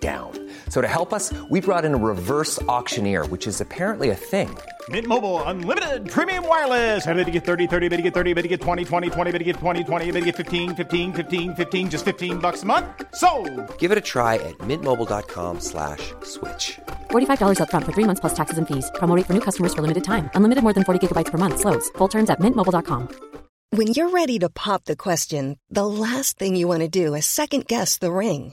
down. So to help us, we brought in a reverse auctioneer, which is apparently a thing. Mint Mobile unlimited premium wireless. Ready to get 30, 30, bit to get 30, bit to get 20, 20, 20, bit to get 20, 20, bit to get 15, 15, 15, 15 just 15 bucks a month. So, Give it a try at mintmobile.com slash switch. $45 upfront for three months plus taxes and fees. Promo rate for new customers for limited time. Unlimited more than 40 gigabytes per month. Slows. Full terms at mintmobile.com. When you're ready to pop the question, the last thing you want to do is second guess the ring.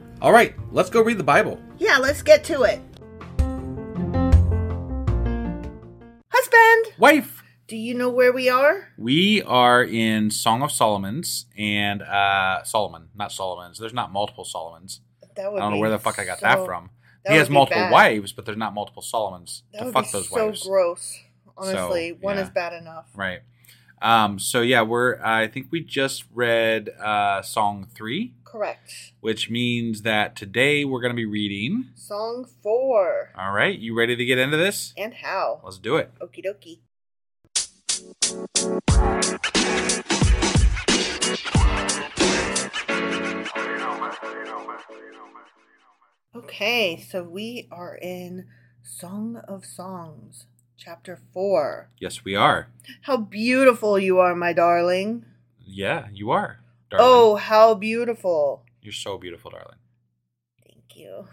All right, let's go read the Bible. Yeah, let's get to it. Husband, Wife! do you know where we are? We are in Song of Solomon's and uh Solomon, not Solomon's. There's not multiple Solomons. That I don't know be where the fuck I got so- that from. that he would has be multiple bad. wives, but there's not multiple Solomons That to would fuck be those so wives. gross. Honestly, So, one yeah. is bad enough. Right. Um so yeah, we're I think we just read uh Song 3, Correct. which means that today we're going to be reading. Song four. All right, you ready to get into this? And how? Let's do it. Okie dokie. Okay, so we are in Song of Songs, chapter four. Yes, we are. How beautiful you are, my darling. Yeah, you are. Darling. Oh, how beautiful. you're so beautiful, darling. Thank you.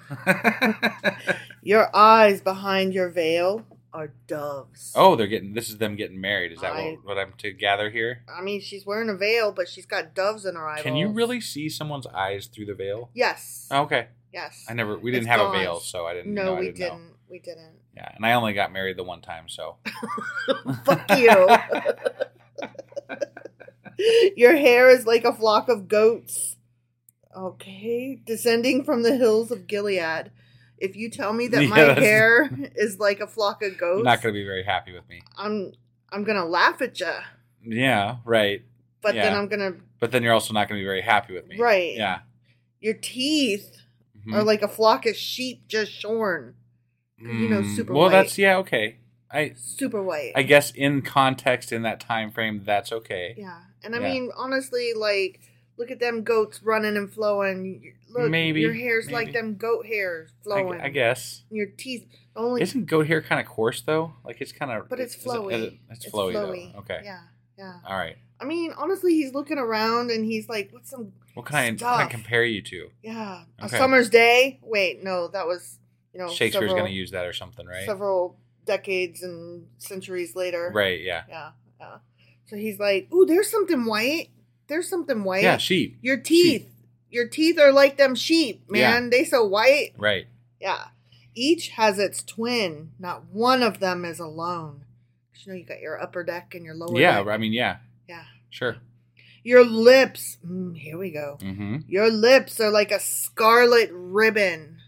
Your eyes behind your veil are doves. oh, they're getting. This is them getting married. Is that I- what, what I'm to gather here? I mean, she's wearing a veil, but she's got doves in her eyeballs. Can you really see someone's eyes through the veil? Yes. Oh, okay. Yes. I never. We didn't It's have gone. a veil, so I didn't. No, know, I we didn't know. didn't. We didn't. Yeah, and I only got married the one time, so Fuck you. Your hair is like a flock of goats. Okay, descending from the hills of Gilead. If you tell me that Yeah, my that's- hair is like a flock of you're goats, not going to be very happy with me. I'm I'm gonna laugh at you, Yeah, right. but then Yeah. I'm gonna But then you're also not going to be very happy with me. Right. Yeah. Your teeth Mm-hmm. are like a flock of sheep just shorn. 'Cause You know, Mm, super well, white. that's yeah, okay. I super white. I guess in context in that time frame, that's okay. yeah, and I Yeah. mean, honestly, like, look at them goats running and flowing. Look, Maybe, your hair's like maybe. them goat hairs I, flowing. I guess. your teeth only, Isn't goat hair kind of coarse though? Like it's kind of. but it's is it- is flowy. it- it's flowy. though. Okay. Yeah, yeah. All right. I mean, honestly, he's looking around and he's like, "What's some What can I, what can I Stuff. compare you to? yeah Okay. a summer's day?" Wait, no, that was you know Shakespeare's Oh, several- going to use that or something, right? several decades and centuries later. Right. Yeah. Yeah. Yeah. So he's like, "Ooh, there's something white. There's something white. Yeah. Sheep. Your teeth. Sheep. Your teeth are like them sheep, Yeah. man. They so white. Right. Yeah. Each has its twin. Not one of them is alone. 'Cause you know you got your upper deck and your lower yeah. deck. I mean, yeah. Yeah. Sure. Your lips. Mm, here we go. Mm-hmm. Your lips are like a scarlet ribbon.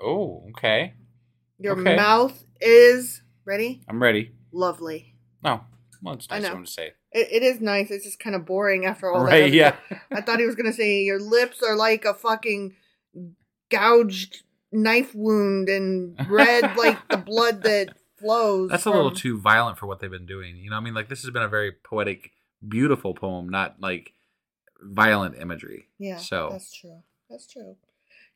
Oh. Okay. Your Okay. mouth is ready. I'm ready. Lovely. Oh. Well, it's I nice know. of him to say. It, it is nice. It's just kind of boring after all that. Right. other Yeah. I thought he was gonna say your lips are like a fucking gouged knife wound and red like the blood that flows. That's a little from- too violent for what they've been doing. You know, I mean, like this has been a very poetic, beautiful poem, not like violent imagery. Yeah, So that's true. That's true.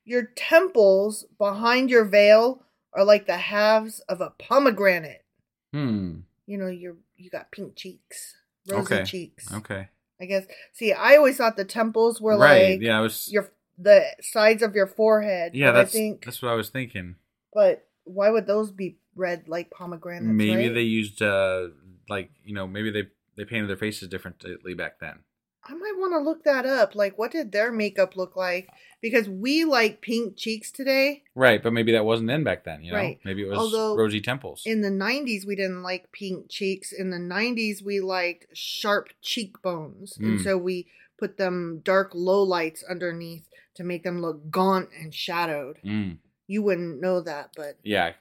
Your temples behind your veil are like the halves of a pomegranate. hmm. You know, you you got pink cheeks, rosy okay. cheeks. Okay. I guess. See, I always thought the temples were right. like yeah. I was. your the sides of your forehead. yeah. but That's I think that's what I was thinking. But why would those be red like pomegranates? Maybe right? they used uh like you know maybe they they painted their faces differently back then. I might want to look that up. Like, what did their makeup look like? Because we like pink cheeks today. Right, but maybe that wasn't in back then. You know, Right. maybe it was Although- rosy temples. In the 90s, we didn't like pink cheeks. In the 90s, we liked sharp cheekbones. And Mm. so we put them dark low lights underneath to make them look gaunt and shadowed. Mm, You wouldn't know that, but yeah,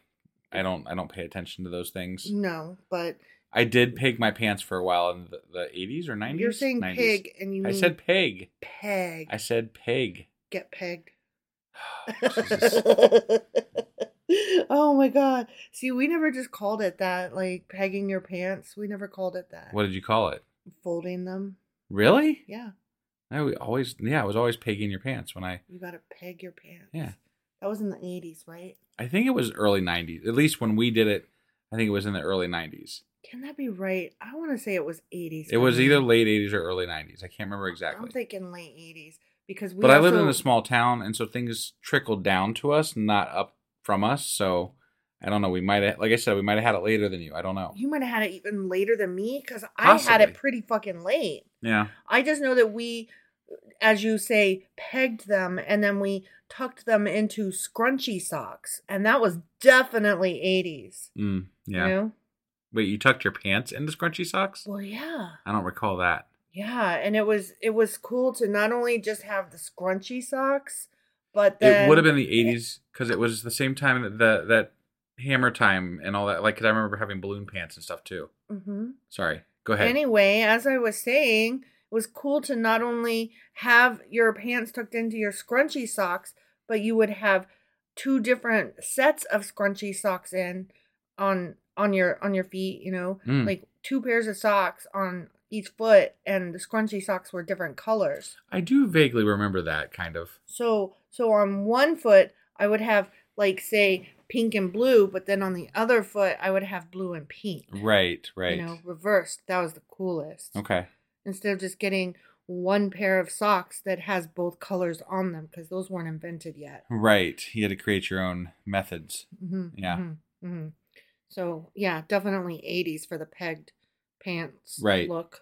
I don't I don't pay attention to those things. no. But I did pig my pants for a while in the, the 80s or 90s. you're saying 90s. pig and you I mean said pig. peg. I said pig. Get pegged. Jesus. oh my god. See, we never just called it that, like pegging your pants. We never called it that. What did you call it? Folding them. Really? Yeah. I we always yeah, I was always pigging your pants when I You gotta peg your pants. yeah. That was in the eighties, right? I think it was early 90s. At least when we did it, I think it was in the early 90s. Can that be right? I wanna say it was eighties. It was either late 80s or early 90s. I can't remember I'm exactly. thinking late eighties. Because we But I lived in also- a small town, and so things trickled down to us, not up from us. So I don't know. We might have, like I said, we might have had it later than you. I don't know. you might have had it even later than me, because I had Possibly. it pretty fucking late. Yeah. I just know that we, as you say, pegged them and then we tucked them into scrunchy socks. And that was definitely 80s. Mm, yeah. You know? Wait, you tucked your pants into scrunchy socks? Well, yeah. I don't recall that. Yeah. And it was it was cool to not only just have the scrunchy socks, but then it would have been the 80s because it was the same time that the, that hammer time and all that. Like, 'cause I remember having balloon pants and stuff too. Mhm. Sorry. Go ahead. Anyway, as I was saying, it was cool to not only have your pants tucked into your scrunchy socks, but you would have two different sets of scrunchy socks in on on your on your feet, you know, Mm. like two pairs of socks on each foot and the scrunchy socks were different colors. I do vaguely remember that kind of. So so on one foot I would have like say pink and blue, but then on the other foot I would have blue and pink. Right, right. You know, reversed. That was the coolest Okay. instead of just getting one pair of socks that has both colors on them because those weren't invented yet. Right. You had to create your own methods. hmm Yeah. hmm hmm So yeah, definitely '80s for the pegged pants Right. look.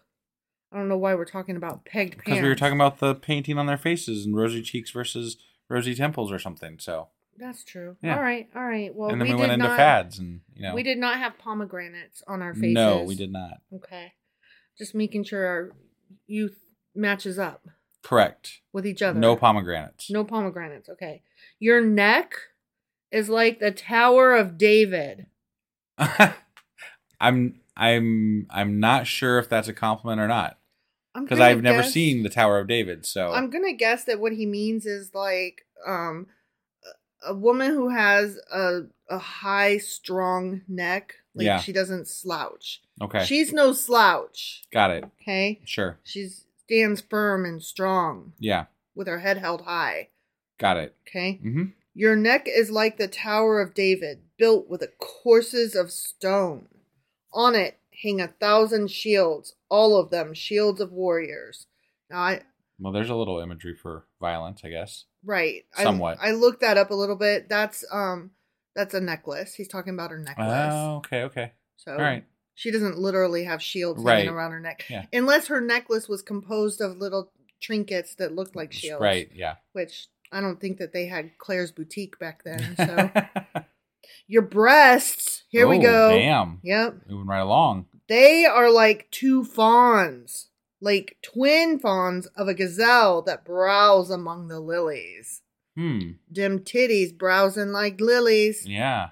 I don't know why we're talking about pegged pants Because we were talking about the painting on their faces and rosy cheeks versus rosy temples or something. So, That's true. Yeah. All right, all right. Well, and then we, did went into not, fads, and you know, We did not have pomegranates on our faces. No, we did not. Okay, just making sure our youth matches up Correct. with each other. No pomegranates. No pomegranates. Okay. Your neck is like the Tower of David. I'm I'm I'm not sure if that's a compliment or not. I'm because gonna I've never guess- seen the Tower of David. So I'm gonna guess that what he means is like um, a- a woman who has a a high, strong neck. Like Yeah. she doesn't slouch. okay, She's no slouch. got it. Okay, Sure, she stands firm and strong yeah, with her head held high. got it. Okay, hmm your neck is like the Tower of David, built with courses of stone. On it hang a thousand shields, all of them shields of warriors. Now I Well, there's a little imagery for violence, I guess. Right. Somewhat. I, I looked that up a little bit. That's um that's a necklace. He's talking about her necklace. Oh, okay, okay, so all right. she doesn't literally have shields hanging Right. around her neck. Yeah. Unless her necklace was composed of little trinkets that looked like shields. Right, yeah. Which I don't think that they had Claire's boutique back then. So your breasts, here we Oh, go. Damn, Yep. moving right along. They are like two fawns, like twin fawns of a gazelle that browse among the lilies. Hmm. Dim titties browsing like lilies. Yeah.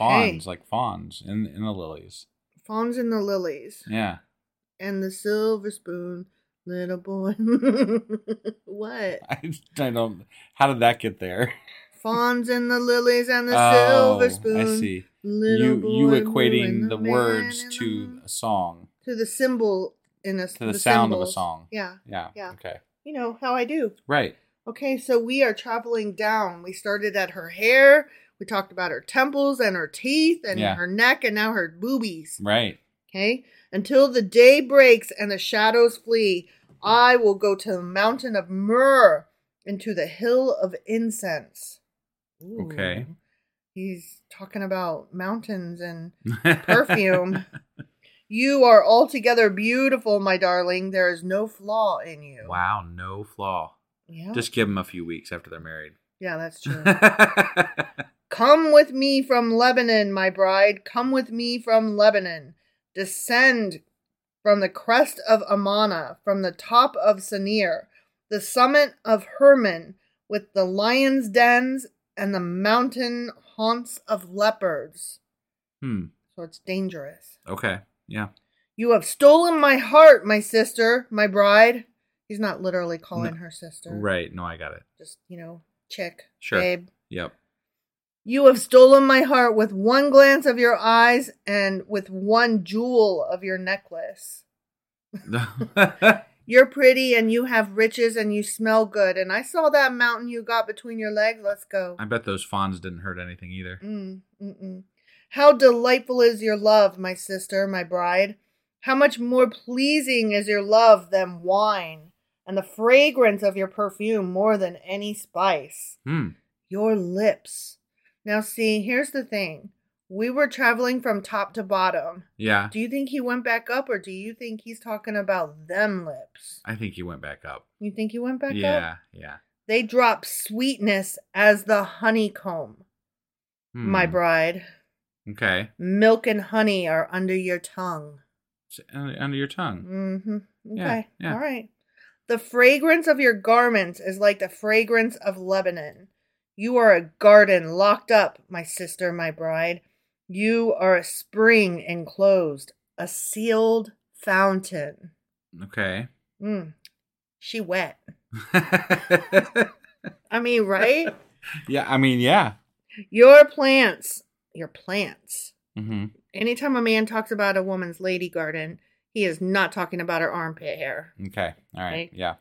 Okay. Fawns, like fawns in in the lilies. Fawns in the lilies. Yeah. And the silver spoon, little boy. what? I, I don't. How did that get there? Fawns in the lilies and the Oh, silver spoon. I see. Little you boy you blue equating and the man words in the to moon. a song, to the symbol in a to the, sound of a symbols. song. Yeah. Yeah. Yeah. Okay. You know how I do. Right. Okay, so we are traveling down. We started at her hair. We talked about her temples and her teeth and Yeah. her neck and now her boobies. Right. Okay. Until the day breaks and the shadows flee, I will go to the mountain of myrrh and to the hill of incense. Ooh. Okay. He's talking about mountains and perfume. you are altogether beautiful, my darling. There is no flaw in you. Wow. No flaw. Yeah. Just give them a few weeks after they're married. yeah, that's true. Come with me from Lebanon, my bride. Come with me from Lebanon. Descend from the crest of Amana, from the top of Sinir, the summit of Hermon, with the lion's dens and the mountain haunts of leopards. hmm. So it's dangerous. Okay. Yeah. You have stolen my heart, my sister, my bride. He's not literally calling No. her sister. Right. No, I got it. Just, you know, chick, Sure. babe. Yep. You have stolen my heart with one glance of your eyes and with one jewel of your necklace. You're pretty and you have riches and you smell good. And I saw that mountain you got between your legs. Let's go. I bet those fawns didn't hurt anything either. Mm, mm-mm. How delightful is your love, my sister, my bride. How much more pleasing is your love than wine, and the fragrance of your perfume more than any spice Hmm. your lips. Now, see, here's the thing. We were traveling from top to bottom. Yeah. Do you think he went back up, or do you think he's talking about them lips? I think he went back up. You think he went back yeah. up? Yeah. They drop sweetness as the honeycomb, Hmm. my bride. Okay. Milk and honey are under your tongue. It's under under your tongue. Mm-hmm. Okay. Yeah, yeah. All right. The fragrance of your garments is like the fragrance of Lebanon. You are a garden locked up, my sister, my bride. You are a spring enclosed, a sealed fountain. Okay. Mm. She wet. I mean, right? yeah. I mean, yeah. your plants, your plants. Mm-hmm. Anytime a man talks about a woman's lady garden, he is not talking about her armpit hair. Okay. All right. Right. Yeah.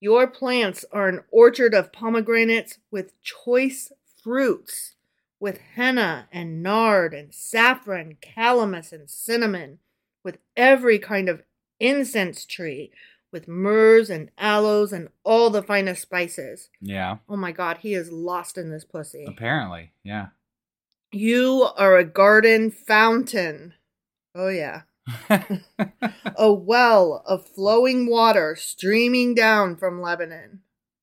Your plants are an orchard of pomegranates with choice fruits, with henna and nard and saffron, calamus and cinnamon, with every kind of incense tree, with myrrhs and aloes and all the finest spices. Yeah. Oh my god, he is lost in this pussy. Apparently. Yeah. You are a garden fountain. Oh yeah. Mm, a well of flowing water streaming down from Lebanon.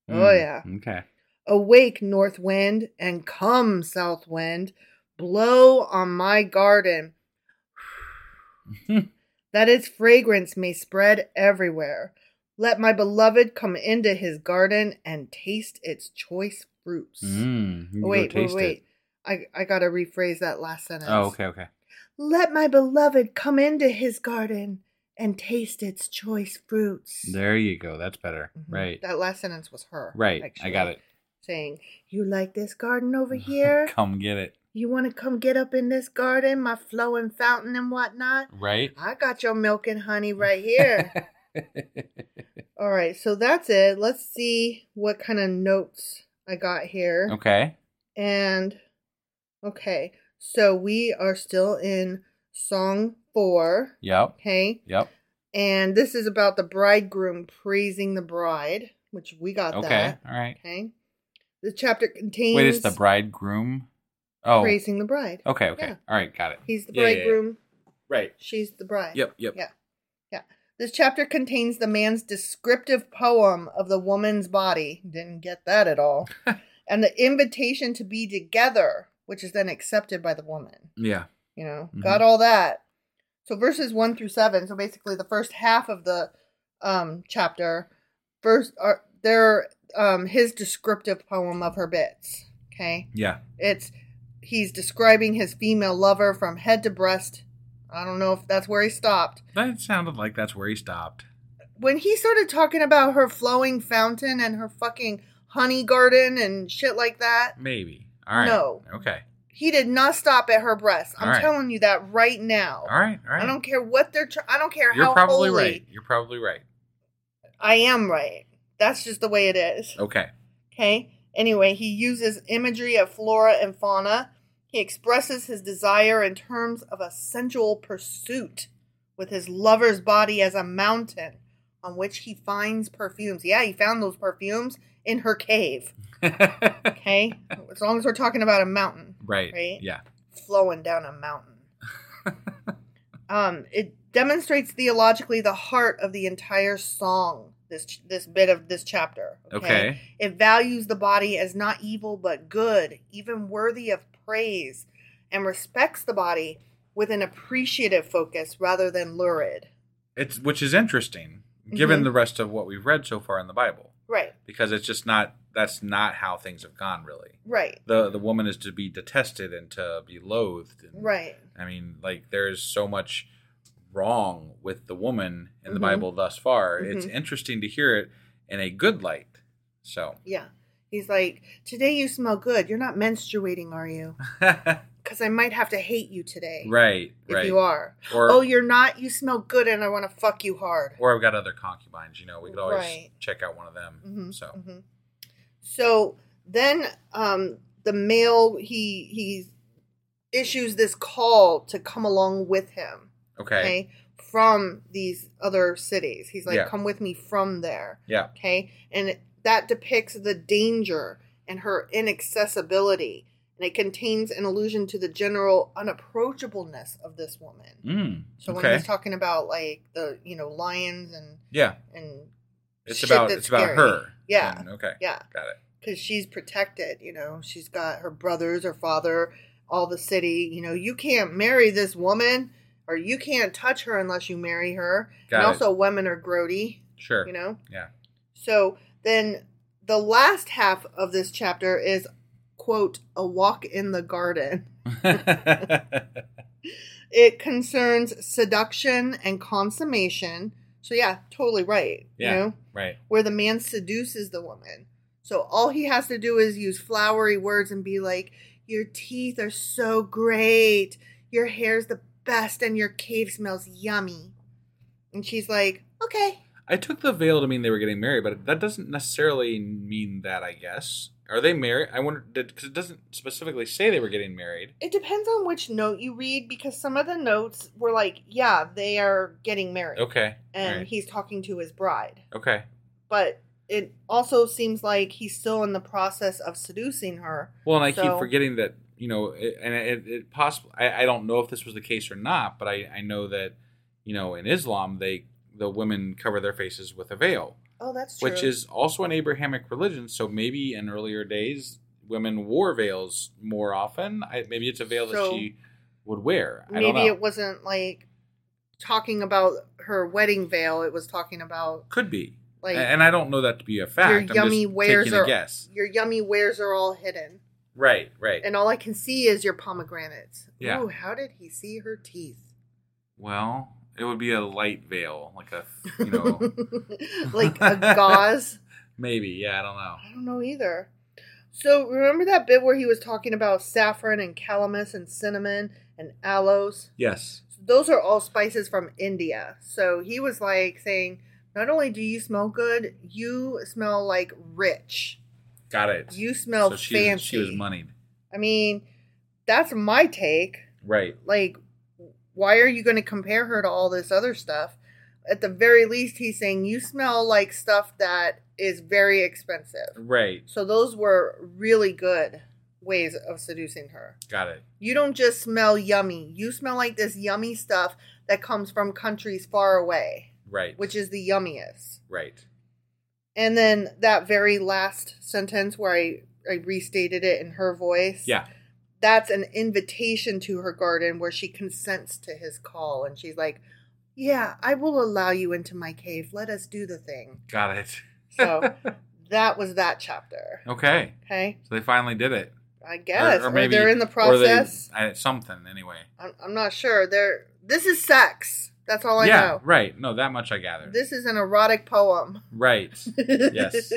Oh, Mm, yeah. Okay. Awake, north wind, and come, south wind, blow on my garden, that its fragrance may spread everywhere. Let my beloved come into his garden and taste its choice fruits. Mm, you Oh, go wait, wait, taste wait. it. I, I gotta rephrase that last sentence. Oh, okay, okay. Let my beloved come into his garden and taste its choice fruits. There you go. That's better. Mhm. Right. That last sentence was her. right. I actually, got it. Saying, You like this garden over Oh here? Come get it. you want to come get up in this garden, my flowing fountain and whatnot? Right. I got your milk and honey right here. All right, so that's it. Let's see what kind of notes I got here. okay. And okay, so we are still in song four. Yep. Okay. Yep. And this is about the bridegroom praising the bride, which we got Okay. that. All right. Okay. The chapter contains Wait, it's the bridegroom. Oh. praising the bride. Okay. Okay. Yeah. All right. Got it. He's the Yeah, yeah, yeah. bridegroom. Right. She's the bride. Yep, yep. Yeah. Yeah. This chapter contains the man's descriptive poem of the woman's body. Didn't get that at all. and the invitation to be together, which is then accepted by the woman. Yeah. You know, Mhm. got all that. So verses one through seven. So basically, the first half of the um, chapter, first are they're um, his descriptive poem of her bits. Okay. Yeah. It's he's describing his female lover from head to breast. I don't know if that's where he stopped. That sounded like that's where he stopped. When he started talking about her flowing fountain and her fucking honey garden and shit like that, Maybe. All right. No. Okay. he did not stop at her breast. I'm All right. telling you that right now. All right. All right. I don't care what they're trying. I don't care You're how probably holy. right. You're probably right. I am right. That's just the way it is. Okay. Okay. Anyway, he uses imagery of flora and fauna. He expresses his desire in terms of a sensual pursuit with his lover's body as a mountain on which he finds perfumes. Yeah, he found those perfumes in her cave. Okay. as long as we're talking about a mountain right. Right? Yeah. flowing down a mountain. um, it demonstrates theologically the heart of the entire song. This this bit of this chapter. Okay. It values the body as not evil but good, even worthy of praise, and respects the body with an appreciative focus rather than lurid. It's which is interesting given Mhm. the rest of what we've read so far in the Bible Right. because it's just not that's not how things have gone really. Right. The the woman is to be detested and to be loathed. And, Right. I mean, like there's so much wrong with the woman in the Mhm. Bible thus far. It's Mhm. interesting to hear it in a good light. So Yeah. He's like, today you smell good. You're not menstruating, are you? right, Because I might have to hate you today. right. If you are. Or- oh, you're not. You smell good, and I want to fuck you hard. or I've got other concubines. You know, we could always Right. check out one of them. Mhm, So mhm. So then um, the male he he issues this call to come along with him. okay. From these other cities, he's like, Yeah. "Come with me from there." yeah, Okay, and it- that depicts the danger and her inaccessibility, and it contains an allusion to the general unapproachableness of this woman. mm, So when okay, he's talking about like the you know lions and yeah. and It's shit about that's it's about scary. her. Yeah. And- okay. Yeah. Got it. because she's protected. You know, she's got her brothers, her father, all the city. You know, you can't marry this woman, or you can't touch her unless you marry her. Got and it. also, women are grody. Sure. You know, Yeah. so then the last half of this chapter is quote a walk in the garden. It concerns seduction and consummation. So yeah, totally right. yeah. You know, Right. where the man seduces the woman. So all he has to do is use flowery words and be like, Your teeth are so great. Your hair's the best and your cave smells yummy. And she's like, Okay. I took the veil to mean they were getting married, but that doesn't necessarily mean that. I guess are they married? I wonder because it doesn't specifically say they were getting married. It depends on which note you read because some of the notes were like, Yeah, they are getting married. Okay. And Alright. he's talking to his bride. Okay. But it also seems like he's still in the process of seducing her. Well, and I keep So- forgetting that you know, it, and it, it possible. I, I don't know if this was the case or not, but I, I know that you know in Islam they the women cover their faces with a veil, Oh, that's true. which is also an Abrahamic religion. So maybe in earlier days women wore veils more often. I, maybe it's a veil that So- she would wear. I don't maybe know. it wasn't like talking about her wedding veil. It was talking about could be. like- Like, and I don't know that to be a fact. your I'm yummy just wares taking a are guess. your yummy wares are all hidden, Right, right. and all I can see is your pomegranates. Yeah. Ooh, how did he see her teeth? well, It would be a light veil, like a you know like a gauze. maybe. Yeah, I don't know. I don't know either. So remember that bit where he was talking about saffron and calamus and cinnamon and aloes? Yes. Those are all spices from India. So he was like saying, not only do you smell good, you smell like rich. Got it. You smell she was- fancy. She was moneyed. I mean, that's my take. Right. Like, why are you going to compare her to all this other stuff? At the very least, he's saying you smell like stuff that is very expensive. Right. So those were really good ways of seducing her. Got it. You don't just smell yummy. You smell like this yummy stuff that comes from countries far away, Right. which is the yummiest. right. And then that very last sentence where I, I restated it in her voice. Yeah. That's an invitation to her garden where she consents to his call and she's like, Yeah, I will allow you into my cave. Let us do the thing. Got it. So that was that chapter. Okay. Okay. So they finally did it. I guess. Or, they're in the or they- process. I- something anyway. I'm, I'm not sure. They're this is sex. That's all Oh, I yeah. know. Right. No, that much I gathered. This is an erotic poem. right. yes.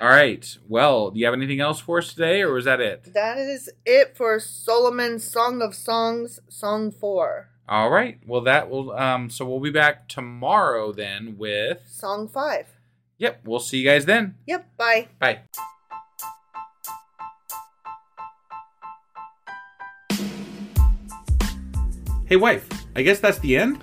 All right. Well, do you have anything else for us today, or was that it? That is it for Solomon's Song of Songs, Song 4. All right. Well, that will. Um. So we'll be back tomorrow then with. Song 5. Yep. We'll see you guys then. Yep, bye. Bye. Hey, wife. I guess that's the end.